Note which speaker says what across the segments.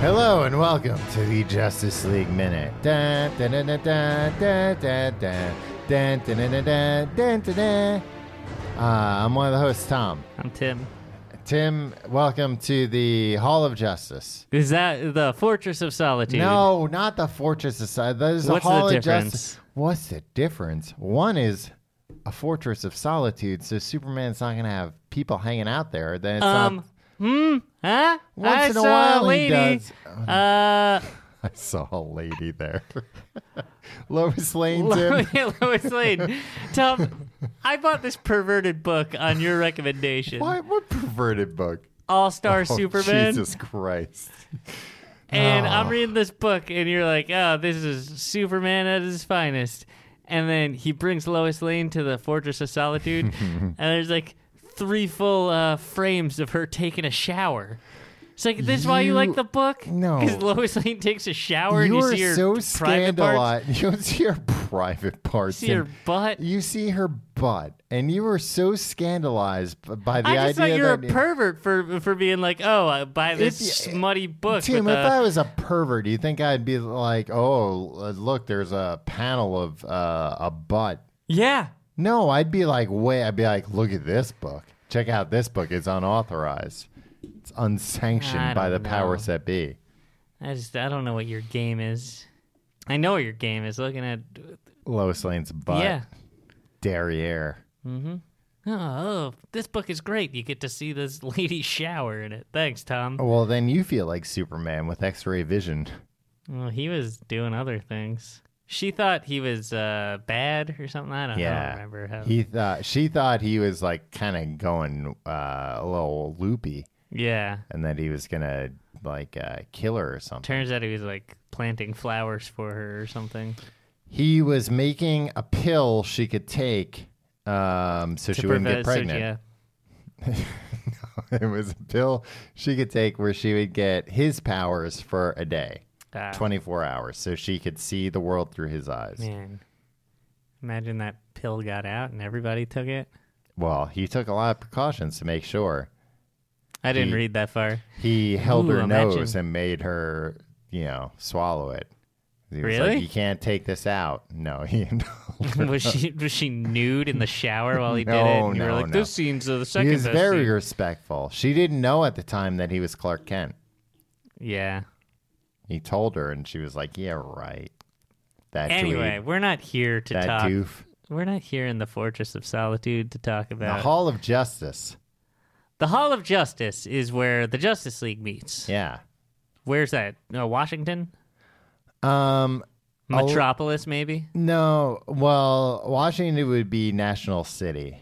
Speaker 1: Hello and welcome to the Justice League Minute. Dun, dun, dun, dun, dun, dun, dun, dun, dun, dun, dun, dun, dun, dun, dun, dun. Uh, I'm one of the hosts, Tom.
Speaker 2: I'm Tim.
Speaker 1: Tim, welcome to the Hall of Justice.
Speaker 2: Is that the Fortress of Solitude?
Speaker 1: No, not the Fortress Society. There's a
Speaker 2: What's the
Speaker 1: Hall of
Speaker 2: difference?
Speaker 1: Justice. What's the difference? One is a Fortress of Solitude, so Superman's not going to have people hanging out there. Then it's
Speaker 2: Um.
Speaker 1: not.
Speaker 2: Hmm. Huh?
Speaker 1: Once
Speaker 2: I
Speaker 1: in a
Speaker 2: saw
Speaker 1: while, he
Speaker 2: lady.
Speaker 1: does.
Speaker 2: Uh,
Speaker 1: I saw a lady there. Lois Lane, Tim.
Speaker 2: Lois Lane. Tom, I bought this perverted book on your recommendation.
Speaker 1: Why, what perverted book?
Speaker 2: All Star
Speaker 1: Oh,
Speaker 2: Superman.
Speaker 1: Jesus Christ.
Speaker 2: And I'm
Speaker 1: Oh.
Speaker 2: reading this book, and you're like, oh, this is Superman at his finest. And then he brings Lois Lane to the Fortress of Solitude, and there's like three full uh, frames of her taking a shower. It's like, this is why you
Speaker 1: You-
Speaker 2: like the book?
Speaker 1: no.
Speaker 2: Because Lois Lane takes a shower and you
Speaker 1: You're
Speaker 2: see her
Speaker 1: so
Speaker 2: private parts.
Speaker 1: scandalized. You see her private parts.
Speaker 2: See her
Speaker 1: and
Speaker 2: butt.
Speaker 1: you see her butt, and you were so scandalized b- by the
Speaker 2: I just
Speaker 1: idea
Speaker 2: thought you were a
Speaker 1: that
Speaker 2: pervert for for being like, oh, I buy this
Speaker 1: you-
Speaker 2: smutty book.
Speaker 1: Tim,
Speaker 2: with
Speaker 1: if
Speaker 2: a-
Speaker 1: I was a pervert, do you think I'd be like, "Oh, uh, look, there's a panel of uh, a butt"?
Speaker 2: yeah.
Speaker 1: No, I'd be like, "Wait," I'd be like, "Look at this book. Check out this book. It's unauthorized. It's
Speaker 2: I
Speaker 1: unsanctioned by the
Speaker 2: don't know.
Speaker 1: powers that be."
Speaker 2: I just, I don't know what your game is. I know what your game is. Looking at
Speaker 1: Lois Lane's butt,
Speaker 2: Yeah.
Speaker 1: derriere.
Speaker 2: Oh, oh, this book is great. You get to see this lady shower in it. Thanks, Tom. Oh.
Speaker 1: Well, then you feel like Superman with X-ray vision.
Speaker 2: he was doing other things. She thought he was uh, bad or something. I don't, I don't
Speaker 1: Yeah,
Speaker 2: remember how.
Speaker 1: he thought she thought he was like kind of going uh, a little loopy,
Speaker 2: yeah.
Speaker 1: and that he was gonna like uh, kill her or something.
Speaker 2: Turns out he was like planting flowers for her or something.
Speaker 1: He was making a pill she could take, um, so she wouldn't get
Speaker 2: prevent- so,
Speaker 1: pregnant.
Speaker 2: yeah.
Speaker 1: it was a pill she could take where she would get his powers for a day,
Speaker 2: Ah,
Speaker 1: twenty-four hours, so she could see the world through his eyes.
Speaker 2: Man. Imagine that pill got out and everybody took it.
Speaker 1: Well, he took a lot of precautions to make sure.
Speaker 2: I didn't
Speaker 1: He-
Speaker 2: read that far.
Speaker 1: He held
Speaker 2: Ooh,
Speaker 1: her
Speaker 2: imagine.
Speaker 1: nose and made her, you know, swallow it. He was
Speaker 2: Really?
Speaker 1: Like, you can't take this out. No, he.
Speaker 2: was she was she nude in the shower while he did it?
Speaker 1: No,
Speaker 2: And you were
Speaker 1: no,
Speaker 2: like,
Speaker 1: no.
Speaker 2: this scene's the second
Speaker 1: he was
Speaker 2: best
Speaker 1: very
Speaker 2: scene."
Speaker 1: respectful. She didn't know at the time that he was Clark Kent.
Speaker 2: Yeah.
Speaker 1: He told her, and she was like, "Yeah, right." That
Speaker 2: Anyway,
Speaker 1: dweeb,
Speaker 2: we're not here to
Speaker 1: that
Speaker 2: talk.
Speaker 1: doof.
Speaker 2: We're not here in the Fortress of Solitude to talk
Speaker 1: The
Speaker 2: about. The Hall,
Speaker 1: Hall of Justice.
Speaker 2: of Justice is where the Justice League meets.
Speaker 1: Yeah.
Speaker 2: Where's that? No, Washington?
Speaker 1: Um.
Speaker 2: Metropolis, maybe?
Speaker 1: No. Well, Washington would be National City.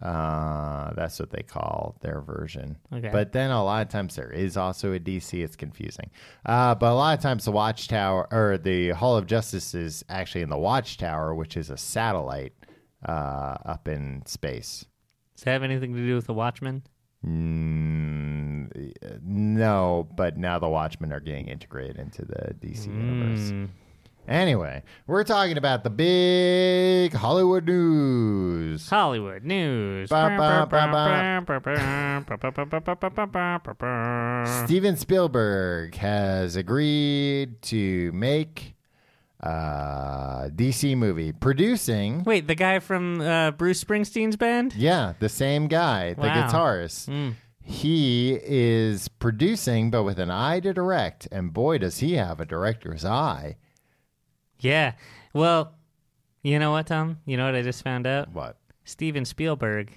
Speaker 1: Uh, that's what they call their version.
Speaker 2: Okay.
Speaker 1: But then a lot of times there is also a DC. It's confusing. Uh, but a lot of times the Watchtower or the Hall of Justice is actually in the Watchtower, which is a satellite uh, up in space.
Speaker 2: Does that have anything to do with the Watchmen?
Speaker 1: Mm, no, but now the Watchmen are getting integrated into the DC universe. Anyway, we're talking about the big Hollywood news.
Speaker 2: Hollywood news.
Speaker 1: Ba, ba, ba, Steven Spielberg has agreed to make a DC movie, producing.
Speaker 2: Wait, the guy from uh, Bruce Springsteen's band?
Speaker 1: Yeah, the same guy, the
Speaker 2: Wow.
Speaker 1: guitarist. He is producing, but with an eye to direct. And boy, does he have a director's eye.
Speaker 2: Yeah. Well, you know what, Tom? You know what I just found out?
Speaker 1: What?
Speaker 2: Steven Spielberg,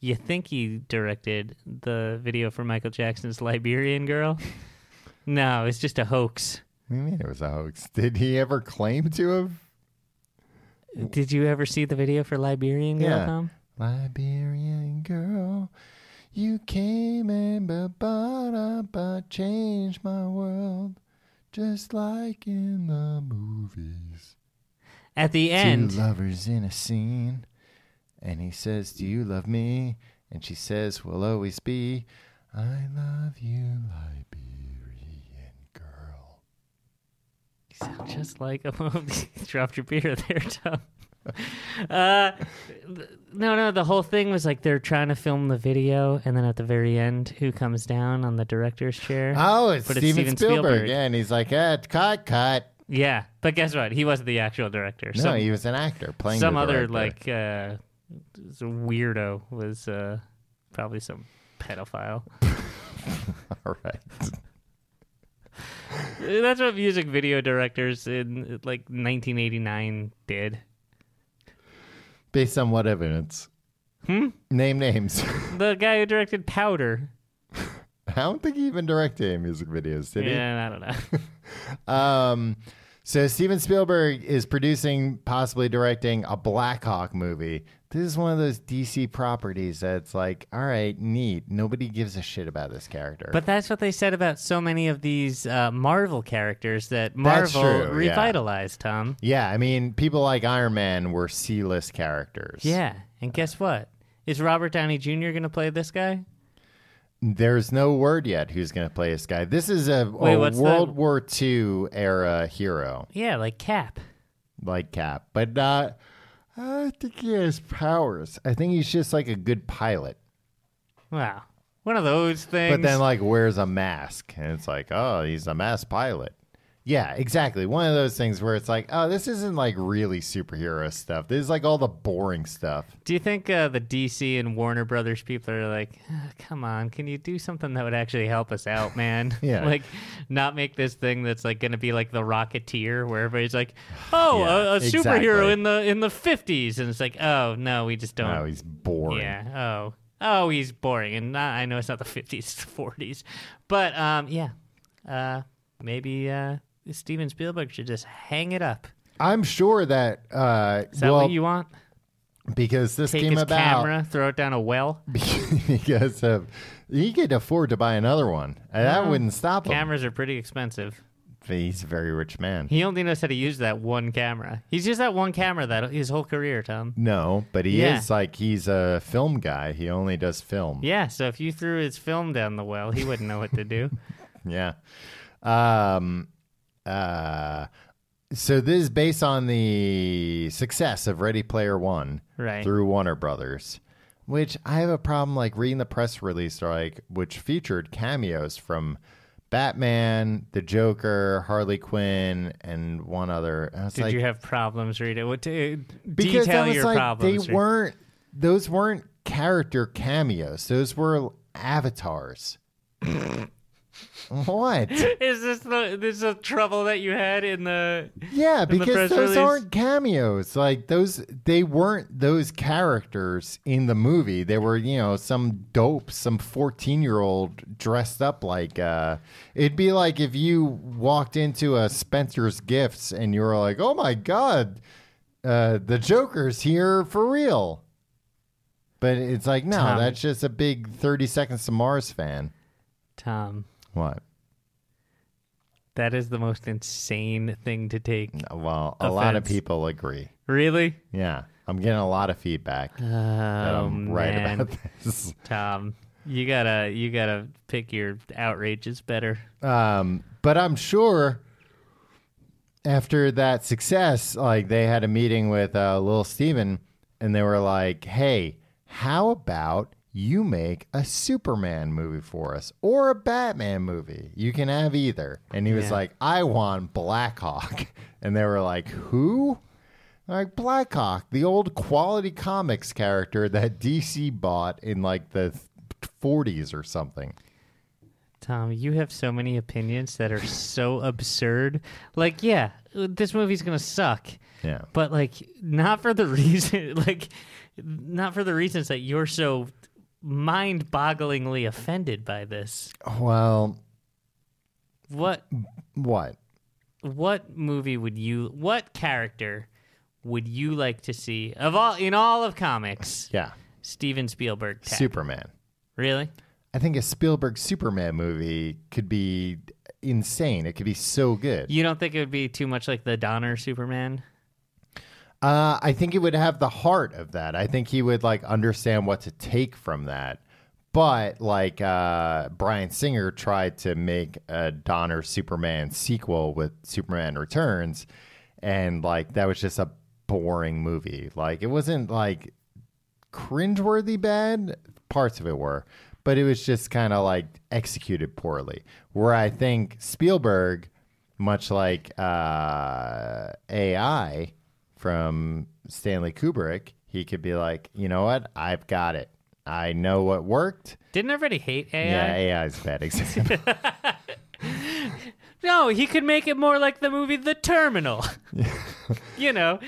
Speaker 2: you think he directed the video for Michael Jackson's Liberian Girl? no, it's just a hoax.
Speaker 1: What do you mean it was a hoax? Did he ever claim to have?
Speaker 2: Did you ever see the video for Liberian Girl,
Speaker 1: Yeah.
Speaker 2: Tom?
Speaker 1: Liberian girl, you came and but, but, but changed my world, just like in the movies.
Speaker 2: At the
Speaker 1: Two
Speaker 2: end,
Speaker 1: lovers in a scene, and he says, "Do you love me?" And she says, "We'll always be." I love you, Liberian girl.
Speaker 2: you sound just like a movie. dropped your beer there, Tom. Uh, th- no, no. The whole thing was like they're trying to film the video, and then at the very end, who comes down on the director's chair?
Speaker 1: Oh, it's
Speaker 2: But it's
Speaker 1: Steven,
Speaker 2: Steven
Speaker 1: Spielberg.
Speaker 2: Spielberg.
Speaker 1: Yeah, and he's like, eh, cut, cut.
Speaker 2: yeah, but guess what? He wasn't the actual director.
Speaker 1: No,
Speaker 2: some
Speaker 1: he was an actor playing
Speaker 2: some
Speaker 1: the
Speaker 2: other
Speaker 1: director.
Speaker 2: like uh, s- weirdo was uh, probably some pedophile.
Speaker 1: All right.
Speaker 2: That's what music video directors in like 1989 did.
Speaker 1: Based on what evidence?
Speaker 2: Hmm?
Speaker 1: Name names.
Speaker 2: The guy who directed Powder.
Speaker 1: I don't think he even directed any music videos, did he?
Speaker 2: yeah, I don't know.
Speaker 1: Um, so Steven Spielberg is producing, possibly directing a Black Hawk movie. This is one of those DC properties that's like, all right, neat. Nobody gives a shit about this character.
Speaker 2: But that's what they said about so many of these uh, Marvel characters that Marvel
Speaker 1: true, yeah.
Speaker 2: revitalized, Tom.
Speaker 1: yeah, I mean, people like Iron Man were C-list characters.
Speaker 2: Yeah, and
Speaker 1: Uh.
Speaker 2: guess what? Is Robert Downey Jr. going to play this guy?
Speaker 1: There's no word yet who's going to play this guy. This is a, a
Speaker 2: Wait, what's
Speaker 1: World
Speaker 2: the-
Speaker 1: War II era hero,
Speaker 2: Yeah, like Cap.
Speaker 1: like Cap, but not. I don't think he has powers. I think he's just like a good pilot.
Speaker 2: Wow. One of those things.
Speaker 1: But then, like, wears a mask, and it's like, oh, he's a mask pilot. Yeah, exactly. One of those things where it's like, oh, this isn't like really superhero stuff. This is like all the boring stuff.
Speaker 2: Do you think uh, the DC and Warner Brothers people are like, "Ah, come on, can you do something that would actually help us out, man?
Speaker 1: Yeah.
Speaker 2: Like, not make this thing that's like going to be like the Rocketeer, where everybody's like, oh,
Speaker 1: Yeah,
Speaker 2: a, a superhero
Speaker 1: exactly.
Speaker 2: in the in the fifties, and it's like, oh no, we just don't.
Speaker 1: Oh, he's boring.
Speaker 2: yeah. Oh. Oh, he's boring, and not, I know it's not the fifties, it's the forties, but um, yeah. Uh, maybe uh, Steven Spielberg should just hang it up.
Speaker 1: I'm sure that, uh,
Speaker 2: Is that
Speaker 1: well,
Speaker 2: what you want?
Speaker 1: because this
Speaker 2: Take
Speaker 1: came
Speaker 2: his
Speaker 1: about.
Speaker 2: camera, throw it down a well.
Speaker 1: because of he could afford to buy another one. And that wouldn't stop him.
Speaker 2: Cameras are pretty expensive.
Speaker 1: He's a very rich man.
Speaker 2: He only knows how to use that one camera. He's used that one camera that his whole career, Tom.
Speaker 1: no, but he
Speaker 2: Yeah.
Speaker 1: is like he's a film guy. He only does film.
Speaker 2: Yeah, so if you threw his film down the well, he wouldn't know what to do.
Speaker 1: Yeah. Um uh so this is based on the success of Ready Player 1
Speaker 2: Right.
Speaker 1: through Warner Brothers. Which I have a problem like reading the press release like which featured cameos from Batman, the Joker, Harley Quinn, and one other. And I was
Speaker 2: Did
Speaker 1: like,
Speaker 2: you have problems, Rita? What to, uh,
Speaker 1: because
Speaker 2: detail
Speaker 1: I was
Speaker 2: your
Speaker 1: like,
Speaker 2: problems.
Speaker 1: they
Speaker 2: Rita.
Speaker 1: weren't those weren't character cameos. Those were avatars. what?
Speaker 2: Is this the this the trouble that you had in the?
Speaker 1: Yeah,
Speaker 2: the
Speaker 1: because
Speaker 2: press
Speaker 1: those
Speaker 2: release.
Speaker 1: aren't cameos. Like those, they weren't those characters in the movie. They were, you know, some dope, some fourteen-year-old dressed up like. Uh, it'd be like if you walked into a Spencer's Gifts and you were like, "Oh my god, uh, the Joker's here for real." But it's like, no,
Speaker 2: Tom.
Speaker 1: that's just a big Thirty Seconds to Mars fan.
Speaker 2: Tom,
Speaker 1: What?
Speaker 2: that is the most insane thing to take.
Speaker 1: Well, a lot of
Speaker 2: Offense.
Speaker 1: people agree.
Speaker 2: Really?
Speaker 1: Yeah, I'm getting a lot of feedback.
Speaker 2: Oh
Speaker 1: that I'm right
Speaker 2: man,
Speaker 1: about this.
Speaker 2: Tom, you gotta you gotta pick your outrages better.
Speaker 1: Um, but I'm sure after that success, like they had a meeting with uh, Lil Steven and they were like, hey, how about you make a Superman movie for us or a Batman movie? You can have either. And he was
Speaker 2: Yeah.
Speaker 1: like, I want Black Hawk. And they were like, who? Like Black Hawk, the old quality comics character that DC bought in like the th- 40s or something.
Speaker 2: Tom, you have so many opinions that are so absurd. Like, yeah, this movie's gonna suck,
Speaker 1: Yeah.
Speaker 2: but like, not for the reason, like, not for the reasons that you're so mind-bogglingly offended by this.
Speaker 1: Well,
Speaker 2: What
Speaker 1: what?
Speaker 2: what movie would you? What character would you like to see of all in all of comics?
Speaker 1: Yeah.
Speaker 2: Steven Spielberg. Tech.
Speaker 1: Superman.
Speaker 2: Really?
Speaker 1: I think a Spielberg Superman movie could be insane. It could be so good.
Speaker 2: You don't think it would be too much like the Donner Superman?
Speaker 1: Uh, I think it would have the heart of that. I think he would like understand what to take from that. But like uh, Brian Singer tried to make a Donner Superman sequel with Superman Returns, and like that was just a boring movie. Like it wasn't like cringeworthy bad. Parts of it were, but it was just kind of like executed poorly. Where I think Spielberg, much like uh, AI from Stanley Kubrick, he could be like, you know what, I've got it. I know what worked.
Speaker 2: Didn't everybody hate AI?
Speaker 1: Yeah, AI is a bad example.
Speaker 2: No, he could make it more like the movie The Terminal. you know,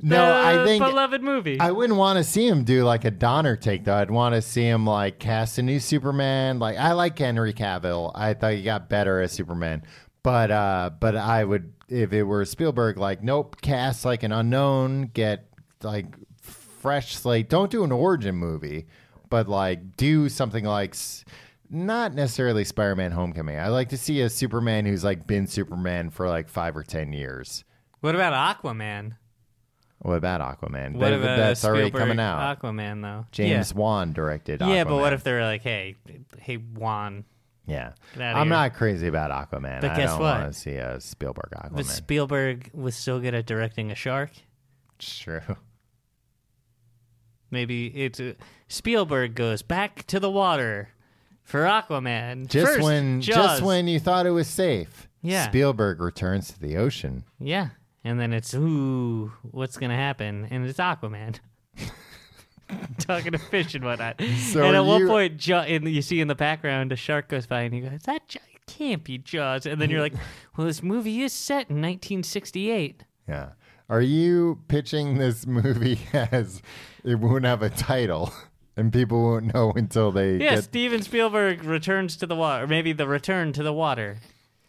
Speaker 1: no,
Speaker 2: the
Speaker 1: I think
Speaker 2: beloved movie.
Speaker 1: I wouldn't want to see him do like a Donner take though. I'd want to see him like cast a new Superman. Like I like Henry Cavill. I thought he got better as Superman. But uh but I would if it were Spielberg like nope, cast like an unknown, get like fresh slate. Don't do an origin movie, but like do something like s- not necessarily Spider-Man Homecoming. I like to see a Superman who's like been Superman for like 5 or 10 years.
Speaker 2: what about Aquaman?
Speaker 1: What about Aquaman?
Speaker 2: What
Speaker 1: That-
Speaker 2: about
Speaker 1: that's already
Speaker 2: Spielberg
Speaker 1: coming out.
Speaker 2: Aquaman though.
Speaker 1: James
Speaker 2: Yeah.
Speaker 1: Wan directed.
Speaker 2: Yeah, but
Speaker 1: Aquaman.
Speaker 2: what if they were like, hey, hey, Juan?
Speaker 1: Yeah,
Speaker 2: Get outta
Speaker 1: I'm
Speaker 2: here.
Speaker 1: not crazy about Aquaman.
Speaker 2: But
Speaker 1: I
Speaker 2: guess
Speaker 1: don't
Speaker 2: what?
Speaker 1: want to see a Spielberg
Speaker 2: But
Speaker 1: Aquaman.
Speaker 2: Spielberg was so good at directing a shark.
Speaker 1: It's true.
Speaker 2: Maybe it's uh, Spielberg goes back to the water for Aquaman.
Speaker 1: Just
Speaker 2: First,
Speaker 1: when,
Speaker 2: Jaws.
Speaker 1: just when you thought it was safe,
Speaker 2: Yeah.
Speaker 1: Spielberg returns to the ocean.
Speaker 2: yeah, and then it's ooh, what's gonna happen? And it's Aquaman. Talking to fish and whatnot.
Speaker 1: So
Speaker 2: and at one
Speaker 1: you-
Speaker 2: point, Jaw- and you see in the background a shark goes by, and he goes, "That Jaw- it can't be Jaws." And then you're like, "Well, this movie is set in 1968."
Speaker 1: Yeah. Are you pitching this movie as it won't have a title and people won't know until they
Speaker 2: Yeah,
Speaker 1: get
Speaker 2: Steven Spielberg returns to the water, or maybe the return to the water.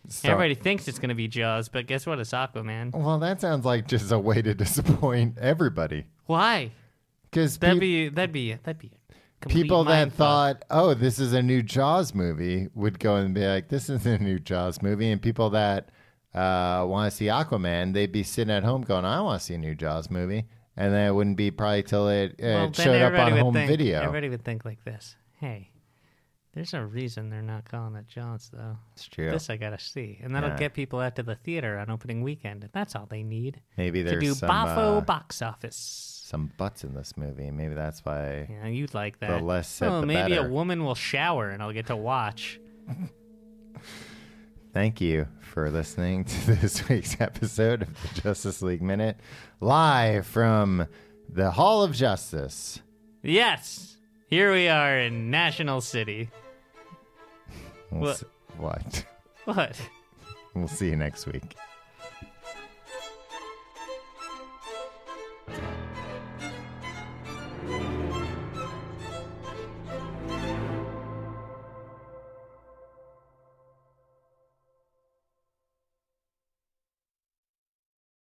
Speaker 1: started?
Speaker 2: Everybody thinks it's gonna be Jaws, but guess what? It's Aquaman.
Speaker 1: Well, that sounds like just a way to disappoint everybody.
Speaker 2: Why?
Speaker 1: Because
Speaker 2: That'd be that'd be that'd be a complete
Speaker 1: people that
Speaker 2: mind fuck.
Speaker 1: thought, oh, this is a new Jaws movie, would go and be like, this is a new Jaws movie. And people that uh, want to see Aquaman, they'd be sitting at home going, I want to see a new Jaws movie. And then it wouldn't be probably till it, it
Speaker 2: Well, then
Speaker 1: showed up
Speaker 2: everybody
Speaker 1: on
Speaker 2: would
Speaker 1: home
Speaker 2: think,
Speaker 1: video.
Speaker 2: Everybody would think like this. Hey, there's a reason they're not calling it Jaws though.
Speaker 1: It's true.
Speaker 2: This I gotta see, and that'll
Speaker 1: Yeah.
Speaker 2: get people out to the theater on opening weekend. That's all they need
Speaker 1: Maybe
Speaker 2: to do
Speaker 1: there's some,
Speaker 2: Bafo
Speaker 1: uh,
Speaker 2: box office.
Speaker 1: some butts in this movie. Maybe that's why.
Speaker 2: Yeah, you'd like that.
Speaker 1: less said,
Speaker 2: oh,
Speaker 1: the
Speaker 2: maybe a
Speaker 1: better.
Speaker 2: woman will shower, and I'll get to watch.
Speaker 1: Thank you for listening to this week's episode of the Justice League Minute, live from the Hall of Justice.
Speaker 2: Yes, here we are in National City.
Speaker 1: We'll
Speaker 2: What?
Speaker 1: s- what?
Speaker 2: What?
Speaker 1: We'll see you next week.